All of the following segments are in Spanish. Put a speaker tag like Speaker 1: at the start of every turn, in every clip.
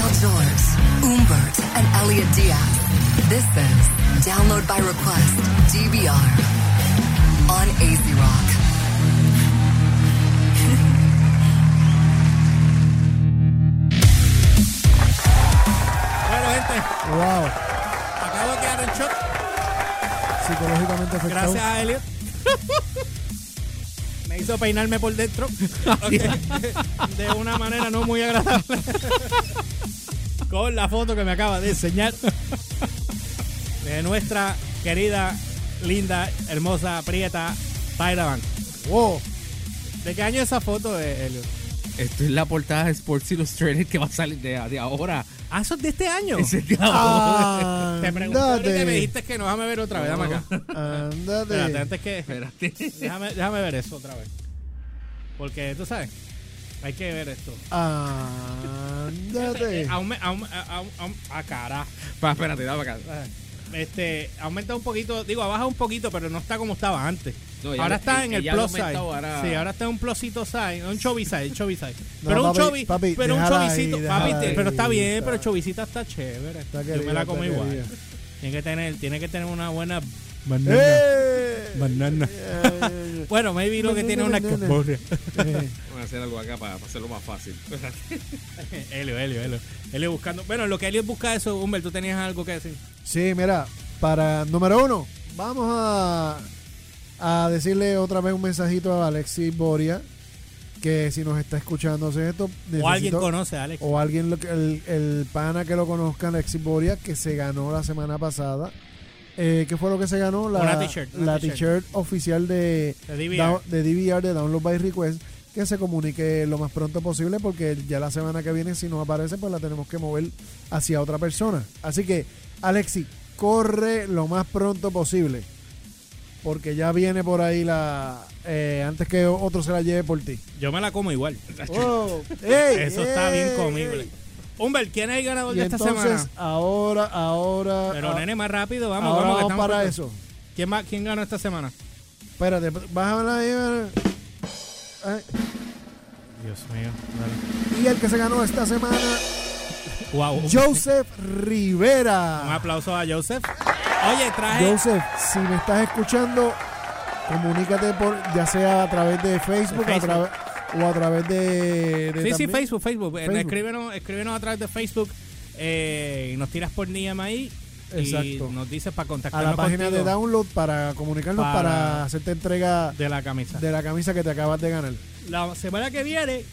Speaker 1: Doors, Umbert, and Elliot Diaz. This is Download by Request, DBR, on AZ Rock.
Speaker 2: Bueno, gente,
Speaker 3: Wow.
Speaker 2: acabo de quedar en shock.
Speaker 3: Psicológicamente afectado.
Speaker 2: Gracias a Elliot. Me hizo peinarme por dentro. ok, De una manera no muy agradable. Con la foto que me acaba de enseñar de nuestra querida, linda, hermosa, prieta Tyra Banks.
Speaker 3: Wow.
Speaker 2: ¿De qué año es esa foto de Elliot?
Speaker 4: Esto es la portada de Sports Illustrated que va a salir de, de ahora.
Speaker 2: Ah, eso es de este año.
Speaker 4: Ese es de
Speaker 3: Ah.
Speaker 4: ahora.
Speaker 2: Te pregunté ahorita y me
Speaker 3: Andate.
Speaker 2: dijiste que no, déjame ver otra vez, dame acá. Espérate,
Speaker 3: Andate.
Speaker 2: antes que.
Speaker 4: Espérate.
Speaker 2: Déjame, déjame ver eso otra vez. Porque tú sabes, hay que ver esto. Eh,
Speaker 3: Andate. Ah,
Speaker 2: aún me- aún- a- aún- aún- ah, cara.
Speaker 4: Pa, espérate, dame acá.
Speaker 2: Ah, Este, aumenta un poquito, digo, ha bajado un poquito, pero no está como estaba antes.
Speaker 4: No, ya
Speaker 2: ahora
Speaker 4: lo-
Speaker 2: está
Speaker 4: eh,
Speaker 2: en el
Speaker 4: ya lo
Speaker 2: plus size.
Speaker 4: aumentó, ahora-
Speaker 2: Sí, ahora está en un plusito size, un chubby size, chubby size.
Speaker 3: No,
Speaker 2: pero
Speaker 3: papi,
Speaker 2: un chubby,
Speaker 3: papi,
Speaker 2: pero un
Speaker 3: déjala ahí,
Speaker 2: chubbycito, papi,
Speaker 3: déjala
Speaker 2: te-
Speaker 3: ahí,
Speaker 2: pero está bien,
Speaker 3: está.
Speaker 2: pero chubicita está chévere.
Speaker 3: Está
Speaker 2: Yo me
Speaker 3: querida,
Speaker 2: la como
Speaker 3: está
Speaker 2: igual.
Speaker 3: querida.
Speaker 2: Tiene que tener, tiene que tener una buena
Speaker 3: ¡Eh!
Speaker 2: banana.
Speaker 3: Eh,
Speaker 2: Bueno, maybe lo que tiene una
Speaker 3: Banana.
Speaker 2: camorra.
Speaker 3: eh.
Speaker 4: Vamos a hacer algo acá para, para hacerlo más fácil.
Speaker 2: Helio, Helio, Helio. Helio buscando. Bueno, lo que Helio busca eso, Humber, tú tenías algo que decir.
Speaker 3: Sí, mira, para número uno, vamos a, a decirle otra vez un mensajito a Alexis Boria, que si nos está escuchando hacer esto,
Speaker 2: O alguien
Speaker 3: necesito-
Speaker 2: conoce, Alex.
Speaker 3: o alguien lo que- el, el pana que lo conozca, Alexis Boria, que se ganó la semana pasada. Eh, ¿Qué fue lo que se ganó? La
Speaker 2: Una t-shirt, una
Speaker 3: la
Speaker 2: t-shirt.
Speaker 3: t-shirt oficial de,
Speaker 2: De DVR.
Speaker 3: Down- de DVR, de Download by Request, que se comunique lo más pronto posible, porque ya la semana que viene, si no aparece, pues la tenemos que mover hacia otra persona. Así que, Alexis, corre lo más pronto posible, porque ya viene por ahí la. eh, antes que otro se la lleve por ti.
Speaker 2: Yo me la como igual.
Speaker 3: Oh, ey,
Speaker 2: Eso está
Speaker 3: ey,
Speaker 2: bien
Speaker 3: ey.
Speaker 2: comible. Humber, ¿quién es el ganador
Speaker 3: Y
Speaker 2: de esta
Speaker 3: entonces,
Speaker 2: semana?
Speaker 3: ahora, ahora.
Speaker 2: Pero
Speaker 3: ah,
Speaker 2: nene, más rápido, vamos,
Speaker 3: ahora
Speaker 2: vamos, que
Speaker 3: vamos,
Speaker 2: estamos
Speaker 3: para
Speaker 2: cortos.
Speaker 3: eso.
Speaker 2: ¿Quién, más, ¿Quién ganó esta semana?
Speaker 3: Espérate, bájame ahí. eh, bájame. Ay,
Speaker 2: Dios mío.
Speaker 3: Y el que se ganó esta semana,
Speaker 2: Wow.
Speaker 3: Joseph
Speaker 2: Un
Speaker 3: Rivera.
Speaker 2: aplauso a Joseph. Oye, traje.
Speaker 3: Joseph, si me estás escuchando, comunícate por ya sea a través de Facebook,
Speaker 2: De
Speaker 3: a
Speaker 2: Facebook.
Speaker 3: través- o a través de. de
Speaker 2: Sí, sí,
Speaker 3: también-
Speaker 2: Facebook, Facebook. Eh,
Speaker 3: Facebook.
Speaker 2: Escríbenos, escríbenos a través de Facebook eh, y nos tiras por DM ahí.
Speaker 3: Exacto.
Speaker 2: Y nos dices para
Speaker 3: A
Speaker 2: contactarnos
Speaker 3: la página
Speaker 2: contigo
Speaker 3: de download para comunicarnos para,
Speaker 2: Para-
Speaker 3: hacerte entrega
Speaker 2: de la camisa.
Speaker 3: de la camisa que te acabas de ganar.
Speaker 2: La semana que viene,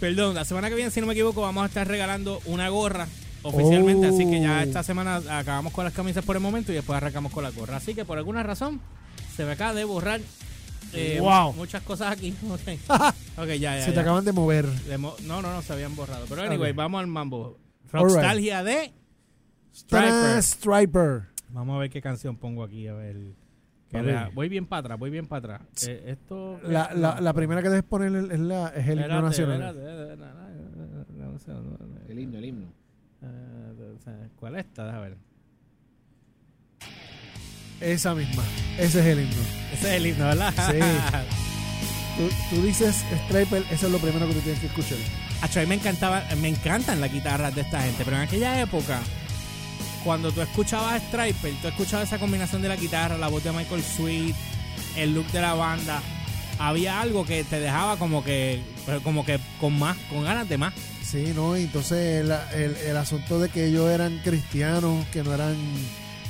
Speaker 2: perdón, la semana que viene, si no me equivoco, vamos a estar regalando una gorra oficialmente.
Speaker 3: Oh.
Speaker 2: Así que ya esta semana acabamos con las camisas por el momento y después arrancamos con la gorra. Así que por alguna razón se me acaba de borrar eh,
Speaker 3: Wow.
Speaker 2: muchas cosas aquí. Ok, Ok, ya, ya.
Speaker 3: Se te
Speaker 2: ya.
Speaker 3: acaban de mover.
Speaker 2: De mo- no, no, no, se habían borrado. Pero anyway,
Speaker 3: Ok.
Speaker 2: vamos al mambo.
Speaker 3: All right.
Speaker 2: Nostalgia de
Speaker 3: Striper.
Speaker 2: Striper.
Speaker 3: Striper.
Speaker 2: Vamos a ver qué canción pongo aquí, a ver. Que
Speaker 3: Papi.
Speaker 2: la- voy bien para atrás, voy bien para atrás. Eh, esto.
Speaker 3: La, la, la primera que debes poner es, es la, es el himno
Speaker 2: Espérate,
Speaker 3: nacional.
Speaker 2: espérate, espérate, no sé, no, no,
Speaker 4: El himno, el himno.
Speaker 2: eh, o sea, ¿Cuál es esta? Déjame ver.
Speaker 3: Esa misma. Ese es el himno.
Speaker 2: Ese es el himno, ¿verdad?
Speaker 3: Sí. Tú, tú dices Striper, eso es lo primero que tú tienes que escuchar.
Speaker 2: Acho, a mí me encantaba, me encantan las guitarras de esta gente, pero en aquella época, cuando tú escuchabas Striper, tú escuchabas esa combinación de la guitarra, la voz de Michael Sweet, el look de la banda, había algo que te dejaba como que, pues, como que con más, con ganas de más.
Speaker 3: Sí, ¿no? Y entonces la- el, el asunto de que ellos eran cristianos, que no eran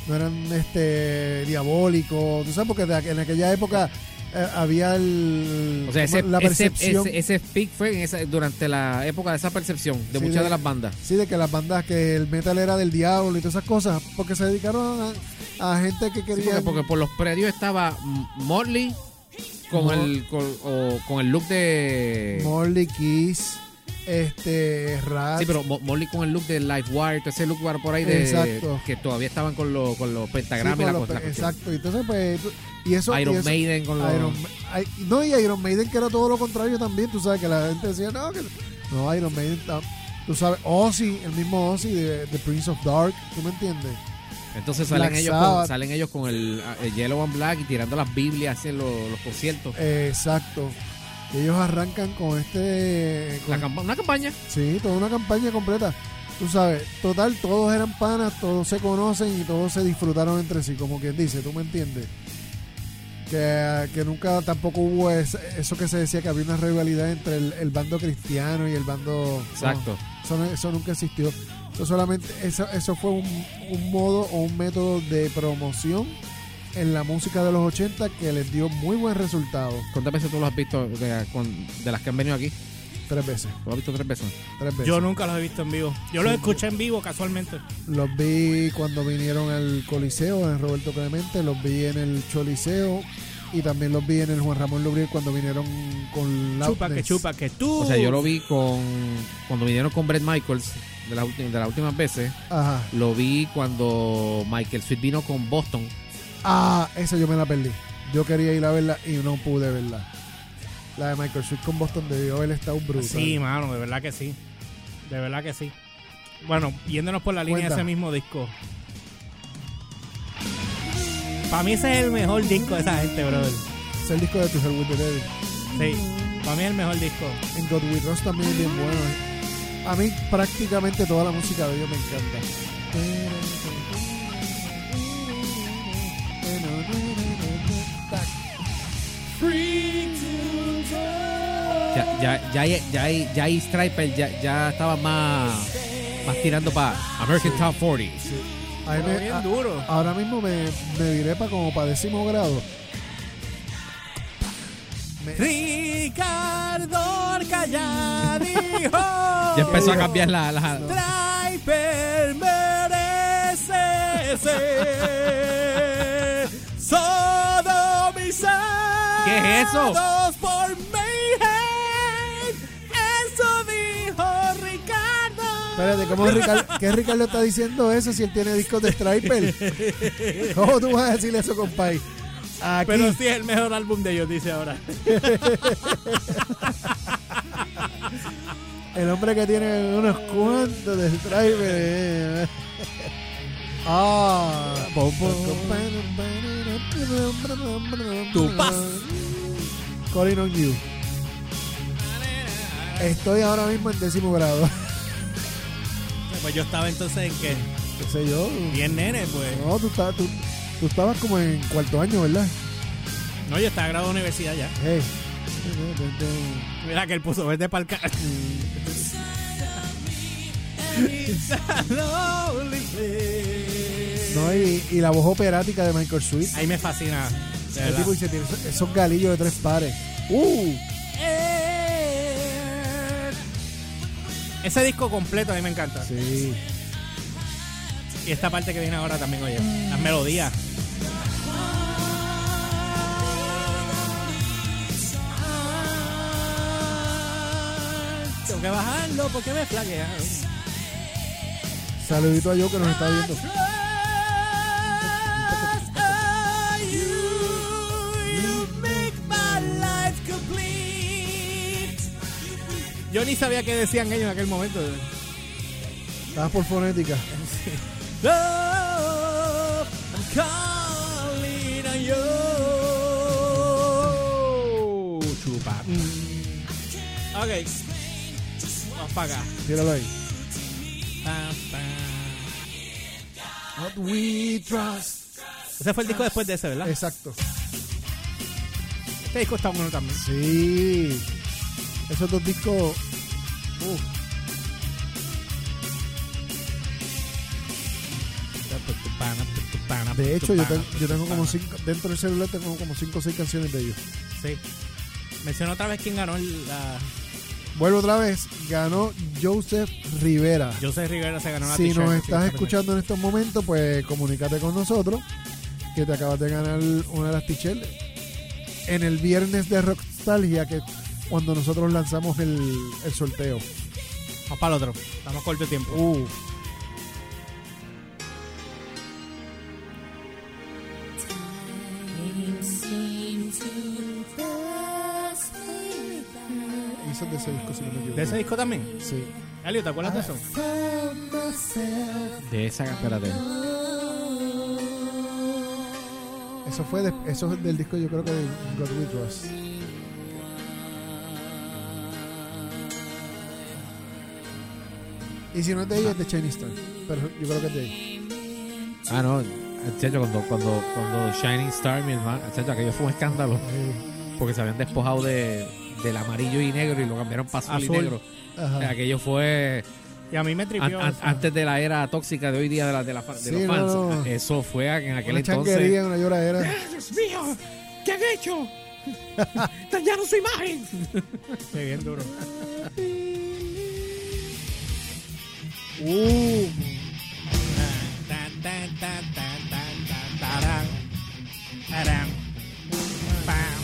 Speaker 3: no eran este diabólicos. Tú sabes, porque de aqu- en aquella época eh, había el,
Speaker 4: O sea, ese,
Speaker 3: la
Speaker 4: ese,
Speaker 3: percepción.
Speaker 4: ese, ese pick fue en esa- durante la época de esa percepción de
Speaker 3: Sí,
Speaker 4: muchas
Speaker 3: de-
Speaker 4: de, las bandas.
Speaker 3: Sí, de que las bandas, que el metal era del diablo y todas esas cosas, porque se dedicaron a, a gente que
Speaker 4: Sí,
Speaker 3: quería...
Speaker 4: porque, porque por los predios estaba M- Motley con,
Speaker 3: Mo-
Speaker 4: el, con, o con el look de.
Speaker 3: Morley Kiss, este, Rat.
Speaker 4: Sí, pero Mo- Motley con el look de Livewire, todo ese look por ahí de.
Speaker 3: Exacto.
Speaker 4: Que todavía estaban con, los con los
Speaker 3: Sí,
Speaker 4: pentagramas
Speaker 3: con
Speaker 4: y la,
Speaker 3: los
Speaker 4: cosa- la
Speaker 3: pe-
Speaker 4: cuestión.
Speaker 3: Exacto, y entonces pues tú- y eso y
Speaker 4: Iron
Speaker 3: eso-
Speaker 4: Maiden con los.
Speaker 3: Iron Ma- I- no, y Iron Maiden que era todo lo contrario también, tú sabes que la gente decía, no, que no Iron Maiden no. tú sabes, Ozzy, el mismo Ozzy de, de Prince of Dark, ¿tú me entiendes?
Speaker 4: Entonces salen
Speaker 3: Black
Speaker 4: ellos,
Speaker 3: Sabbath.
Speaker 4: con, salen ellos con el, ah, el Yellow and Black y tirando las Biblias en los, los conciertos.
Speaker 3: Eh, exacto. Y ellos arrancan con este
Speaker 4: La
Speaker 3: con-
Speaker 4: campa- una campaña.
Speaker 3: sí, toda una campaña completa. Tú sabes, total, todos eran panas, todos se conocen y todos se disfrutaron entre sí, como quien dice, ¿tú me entiendes? Que, que nunca tampoco hubo es- eso que se decía que había una rivalidad entre el, el bando cristiano y el bando...
Speaker 4: Exacto.
Speaker 3: no, eso, no- eso nunca existió. Eso solamente, eso, eso fue un, un modo o un método de promoción en la música de los 80 que les dio muy buen resultado.
Speaker 4: ¿Cuántas veces tú los has visto de, con- de las que han venido aquí?
Speaker 3: Tres veces,
Speaker 4: ¿Tú los has visto tres veces?
Speaker 3: tres veces.
Speaker 2: Yo nunca los he visto en vivo. Yo los escuché en vivo casualmente.
Speaker 3: Los vi cuando vinieron al Coliseo, en Roberto Clemente, los vi en el Choliseo y también los vi en el Juan Ramón Lubriel cuando vinieron con la
Speaker 2: Chupa que chupa que tú.
Speaker 4: O sea, yo lo vi con cuando vinieron con Brett Michaels de, las ulti- de las últimas veces.
Speaker 3: Ajá.
Speaker 4: Lo vi cuando Michael Sweet vino con Boston.
Speaker 3: Ah, esa yo me la perdí. Yo quería ir a verla y no pude verla. La de Michael Sweet con Boston debió haber estado brutal.
Speaker 2: Sí, mano, de verdad que sí. De verdad que sí. Bueno, yéndonos por la línea
Speaker 3: Cuenta.
Speaker 2: de ese mismo disco. Para mí ese es el mejor disco de esa gente, brother.
Speaker 3: Es el disco de Tuchel with the Devil.
Speaker 2: Sí, para mí es el mejor disco.
Speaker 3: En God We Trust también es bien bueno. eh. A mí prácticamente toda la música de ellos me encanta.
Speaker 4: Ya, ya, ya, ya, ya, ahí- ya ahí Striper ya, ya estaba más, más tirando para American Top 40.
Speaker 3: A mí me-
Speaker 2: Pero bien
Speaker 3: a-
Speaker 2: duro.
Speaker 3: ahora mismo me, me diré para como para décimo grado.
Speaker 2: Ricardo Arcaya dijo.
Speaker 4: Ya empezó a cambiar la, la-
Speaker 2: Striper merece ser sodomizados
Speaker 4: ¿Qué es eso?
Speaker 2: por Mayhem. Eso dijo Ricardo.
Speaker 3: Espérate, ¿cómo Ricardo, ¿qué Ricardo está diciendo eso si él tiene discos de Striper? ¿Cómo tú vas a decir eso, compay? Aquí,
Speaker 2: Pero sí es el mejor álbum de ellos, dice ahora.
Speaker 3: el hombre que tiene unos cuantos de Striper. eh. Ah,
Speaker 4: Tu paz.
Speaker 3: Calling on you. Estoy ahora mismo en décimo grado.
Speaker 2: Pues yo estaba entonces en que
Speaker 3: ¿Qué sé yo?
Speaker 2: bien nene, pues.
Speaker 3: No, tú, estabas- tú- tú estabas como en cuarto año, ¿verdad?
Speaker 2: No, yo estaba graduado de universidad ya.
Speaker 3: Hey.
Speaker 2: Mira que él puso verde para el carro.
Speaker 3: No, y, y la voz operática de Michael Sweet.
Speaker 2: Ahí me fascina. de
Speaker 3: El
Speaker 2: verdad.
Speaker 3: tipo dice, tiene esos, esos galillos de tres pares. ¡Uh!
Speaker 2: Ese disco completo a mí me encanta.
Speaker 3: Sí.
Speaker 2: Y esta parte que viene ahora también, oye. Las melodías. Tengo que bajarlo porque me flaquea.
Speaker 3: Saludito a Joe que nos está viendo.
Speaker 2: Yo ni sabía qué decían ellos en aquel momento.
Speaker 3: Estabas por fonética.
Speaker 2: Love, I'm calling on you. Chupa. Ok. Vamos para acá.
Speaker 3: Míralo ahí.
Speaker 2: Pam, pam.
Speaker 3: What we trust.
Speaker 2: Ese fue el disco después de ese, ¿verdad?
Speaker 3: Exacto.
Speaker 2: Este disco está bueno también.
Speaker 3: Sí. Esos dos discos. Uh.
Speaker 2: pues,
Speaker 3: De hecho, yo, ten- yo tengo como cinco. Dentro del celular tengo como cinco o seis canciones de ellos.
Speaker 2: Sí. Menciona otra vez quién ganó la.
Speaker 3: Vuelvo otra vez. Ganó Joseph Rivera.
Speaker 2: José Rivera se ganó la
Speaker 3: Si
Speaker 2: t-shirt,
Speaker 3: nos
Speaker 2: sí,
Speaker 3: estás
Speaker 2: está pendiente.
Speaker 3: escuchando en estos momentos, pues comunícate con nosotros que te acabas de ganar una de las t-shirts en el viernes de Rockstalgia, que cuando nosotros lanzamos el, el sorteo.
Speaker 2: Vamos para el otro. Estamos corto de tiempo.
Speaker 3: Uh, eso es de ese disco, si no me equivoco.
Speaker 2: ¿De ese disco también?
Speaker 3: Sí.
Speaker 2: Elio, ¿te acuerdas de eso?
Speaker 4: De esa, espérate.
Speaker 3: Eso fue de- eso es del disco, yo creo que de God We Trust. Y si no es de ella, es de Chinese Star. Pero yo creo que es de ella.
Speaker 4: Ah, no. Chacho, cuando, cuando, cuando Shining Star, mi hermano, chacho, aquello fue un escándalo. Porque se habían despojado de, del amarillo y negro y lo cambiaron para azul,
Speaker 2: Azul.
Speaker 4: y negro. Eh,
Speaker 3: Ajá.
Speaker 4: Aquello fue
Speaker 2: Y a mí me
Speaker 4: an-
Speaker 2: tripió.
Speaker 4: an- antes de la era tóxica de hoy día de, la, de, la, fa- de
Speaker 3: Sí,
Speaker 4: los fans.
Speaker 3: no, no.
Speaker 4: Eso fue en aquel
Speaker 3: Una
Speaker 4: entonces.
Speaker 3: chanquería, una lloradera.
Speaker 4: ¡Dios mío! ¿Qué han hecho? ¡Tallaron su imagen!
Speaker 2: Sí, bien duro. Uh. Tan, tan, tan, tan, tan, tan, tarán. Tarán. Pam.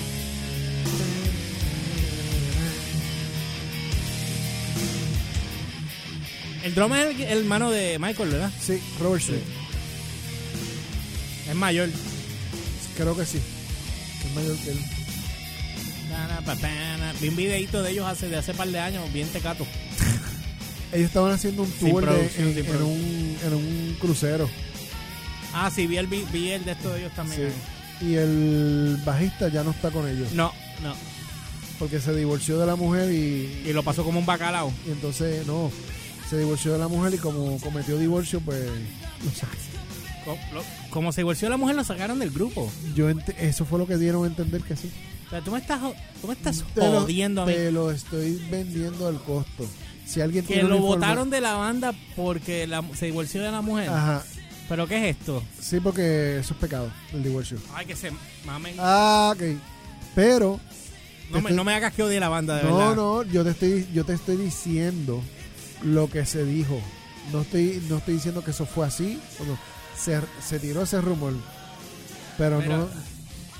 Speaker 2: El drama es el, el hermano de Michael, ¿verdad?
Speaker 3: Sí, Robert Smith.
Speaker 2: Es mayor.
Speaker 3: Creo que sí. Es mayor que él.
Speaker 2: Tana, pa, tana. Vi un videito de ellos hace, de hace par de años, bien tecato.
Speaker 3: Ellos estaban haciendo un
Speaker 2: Sin
Speaker 3: tour de-
Speaker 2: producción,
Speaker 3: en,
Speaker 2: sin
Speaker 3: en un, en un crucero.
Speaker 2: Ah, sí, vi el, vi, vi el de estos de ellos también.
Speaker 3: Sí. Y el bajista ya no está con ellos.
Speaker 2: No, no.
Speaker 3: Porque se divorció de la mujer y,
Speaker 2: Y lo pasó como un bacalao.
Speaker 3: y entonces no. Se divorció de la mujer y como cometió divorcio, pues lo saca.
Speaker 2: Co- lo- Como se divorció la mujer, lo sacaron del grupo.
Speaker 3: Yo ent- eso fue lo que dieron a entender que sí.
Speaker 2: O sea, tú me estás, jo- tú me estás
Speaker 3: Te lo-
Speaker 2: jodiendo a mí.
Speaker 3: Te lo estoy vendiendo al costo. Si alguien
Speaker 2: Que
Speaker 3: tiene
Speaker 2: lo
Speaker 3: una informa-
Speaker 2: votaron de la banda porque la- se divorció de la mujer.
Speaker 3: Ajá.
Speaker 2: ¿Pero qué es esto?
Speaker 3: Sí, porque eso es pecado, el divorcio.
Speaker 2: Ay, que se mamen.
Speaker 3: Ah, ok. Pero
Speaker 2: no, me,
Speaker 3: estoy-
Speaker 2: no me hagas que odie la banda, de
Speaker 3: No,
Speaker 2: verdad.
Speaker 3: no, yo te estoy, yo te estoy diciendo lo que se dijo. No estoy, no estoy diciendo que eso fue así. o no. Se, se tiró ese rumor. Pero
Speaker 2: Mira,
Speaker 3: no.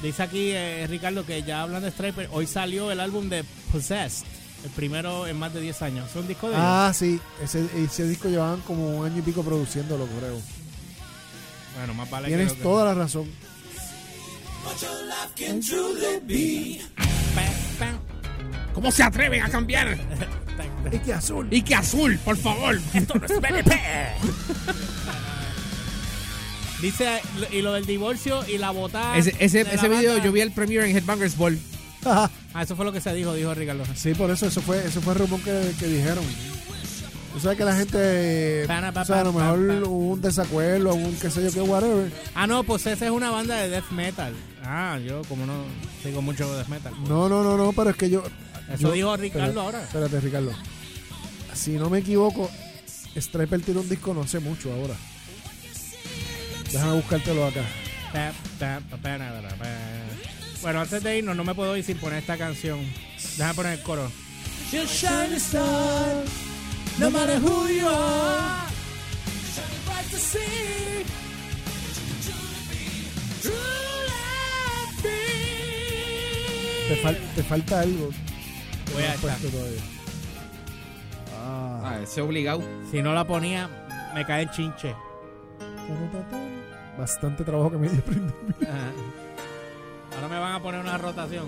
Speaker 2: Dice aquí eh, Ricardo que ya hablando de Striper, hoy salió el álbum de Possessed. El primero en más de 10 años. Es un disco de
Speaker 3: Ah, sí. Ese, ese disco llevaban como un año y pico produciéndolo, creo.
Speaker 2: ellos. Bueno, más vale
Speaker 3: Tienes
Speaker 2: que lo que-
Speaker 3: toda la razón.
Speaker 4: ¿Cómo se atreven a cambiar?
Speaker 3: Es que azul.
Speaker 4: Y que azul, por favor. Esto no es
Speaker 2: Dice, lo- y lo del divorcio y la botada.
Speaker 4: Ese, ese,
Speaker 2: de la
Speaker 4: ese video
Speaker 2: banda.
Speaker 4: yo vi el premiere en Headbangers Ball.
Speaker 2: Ah, eso fue lo que se dijo, dijo Ricardo.
Speaker 3: sí, por eso, eso fue, eso fue el rumor que, que dijeron. Tú sabes que la gente.
Speaker 2: Pana, pa,
Speaker 3: o sea, a lo
Speaker 2: pa, pa,
Speaker 3: mejor
Speaker 2: pa.
Speaker 3: hubo un desacuerdo, un qué sé yo qué, whatever.
Speaker 2: Ah, no, pues esa es una banda de death metal. Ah, yo como no sigo mucho death metal. pues.
Speaker 3: No, no, no, no, pero es que yo.
Speaker 2: Eso
Speaker 3: yo-
Speaker 2: dijo Ricardo ahora.
Speaker 3: Espérate, Ricardo. Si no me equivoco, Striper tiene un disco no sé mucho ahora. Déjame buscártelo acá.
Speaker 2: Ta, ta, pa, pa, na, ra, pa. Bueno, antes de irnos, no me puedo ir sin poner esta canción. Déjame poner el coro. no matter who you are.
Speaker 3: Te, fal- te falta algo. que
Speaker 2: Voy a
Speaker 3: no has
Speaker 2: estar.
Speaker 3: puesto todavía. Ah.
Speaker 4: Ah, ese obligado.
Speaker 2: Si no la ponía, me cae el chinche.
Speaker 3: Bastante trabajo que me dio prender.
Speaker 2: Ajá. Ahora me van a poner una rotación.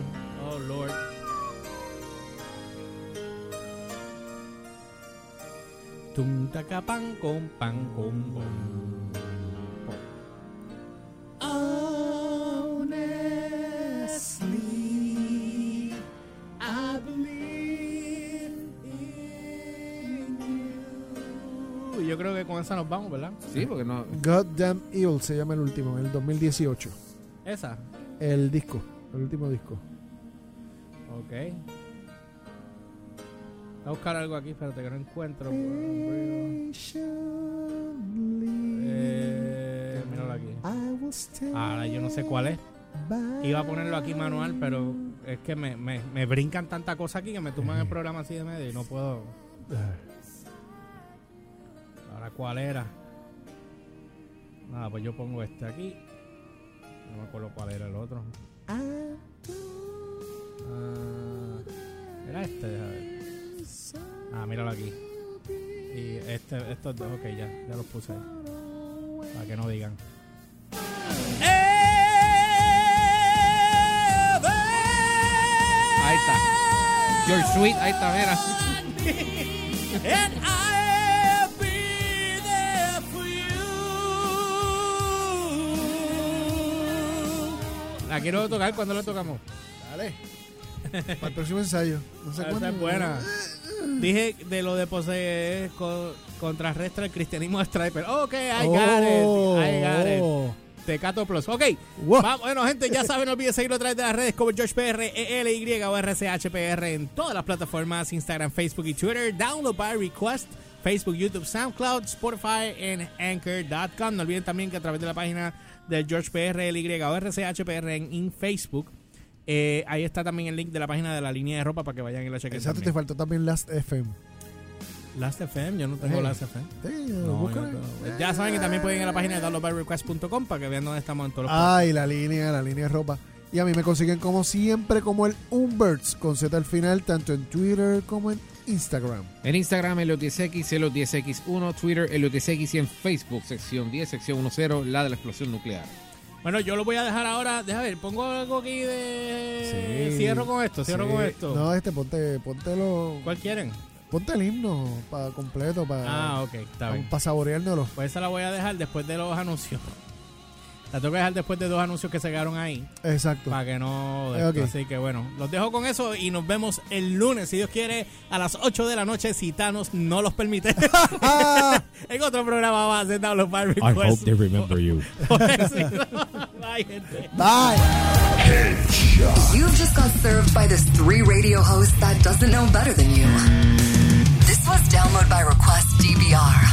Speaker 2: Oh, Lord. Tum taca pan con pan con bom. Uy, Yo creo que con esa nos vamos, ¿verdad?
Speaker 4: Sí, porque no.
Speaker 3: Goddamn Evil se llama el último, en el 2018.
Speaker 2: Esa.
Speaker 3: El disco, el último disco.
Speaker 2: Ok. Voy a buscar algo aquí, espérate que no encuentro. Eh, míralo aquí. Ahora yo no sé cuál es. Iba a ponerlo aquí manual, pero es que me, me, me brincan tanta cosa aquí que me tumban el programa así de medio y no puedo. Ahora cuál era. Nada, pues yo pongo este aquí. No me acuerdo cuál era el otro. Ah, era este, déjame ver. Ah, míralo aquí. Y este, estos dos, ok, ya, ya los puse ahí. Para que no digan.
Speaker 4: Ahí está. George Sweet, ahí está, mira.
Speaker 2: La quiero tocar cuando la tocamos.
Speaker 3: Dale. Para el próximo ensayo. No sé
Speaker 2: Esa
Speaker 3: cuándo.
Speaker 2: es buena. Dije de lo de poseer co- contrarrestra el cristianismo de Striper. Ok, I got
Speaker 3: Oh.
Speaker 2: it. I got it. Tecato Plus. Ok.
Speaker 3: Wow.
Speaker 2: Va- bueno, gente, ya saben, no olviden seguirlo a través de las redes como GeorgePR, ELY E o RCHPR en todas las plataformas: Instagram, Facebook y Twitter. Download by request. Facebook, YouTube, SoundCloud, Spotify en Anchor.com. No olviden también que a través de la página de GeorgePR, ELY E o RCHPR en, en Facebook. eh, ahí está también el link de la página de la línea de ropa para que vayan y la chequen.
Speaker 3: Exacto, te
Speaker 2: también.
Speaker 3: faltó también Last FM.
Speaker 2: Last FM, yo no tengo
Speaker 3: Eh.
Speaker 2: Last FM.
Speaker 3: Sí,
Speaker 2: No,
Speaker 3: búscalo.
Speaker 2: yo no tengo. ya saben que también pueden ir a la página de downloadbyrequest.com para que vean dónde estamos en todos los
Speaker 3: Ay, la línea, la línea de ropa. Y a mí me consiguen como siempre, como el Umberts, con Z al final, tanto en Twitter como en Instagram.
Speaker 4: En Instagram, el 10X, el 10X1, Twitter, el 10X y en Facebook, sección 10, sección 10, la de la explosión nuclear.
Speaker 2: Bueno, yo lo voy a dejar ahora. Deja ver, pongo algo aquí de.
Speaker 3: Sí.
Speaker 2: Eh, Cierro con esto, cierro
Speaker 3: Sí.
Speaker 2: con esto.
Speaker 3: No, este, ponte, ponte, lo-
Speaker 2: ¿Cuál quieren?
Speaker 3: ponte el himno para completo, para
Speaker 2: Ah, ok, está bien.
Speaker 3: pa saboreárnoslo.
Speaker 2: Pues esa la voy a dejar después de los anuncios. La tengo que dejar después de dos anuncios que se quedaron ahí.
Speaker 3: Exacto.
Speaker 2: Para que no.
Speaker 3: Eh, ok.
Speaker 2: Así que bueno, los dejo con eso y nos vemos el lunes, si Dios quiere, a las 8 de la noche, si Thanos no los permite. en otro programa más de Download by
Speaker 5: I hope
Speaker 2: Request.
Speaker 5: they remember you.
Speaker 2: Bye, gente.
Speaker 3: Bye.
Speaker 1: You've just got served by this three radio host that doesn't know better than you. This was Download by Request DBR.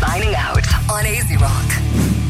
Speaker 1: Signing out on AZ Rock.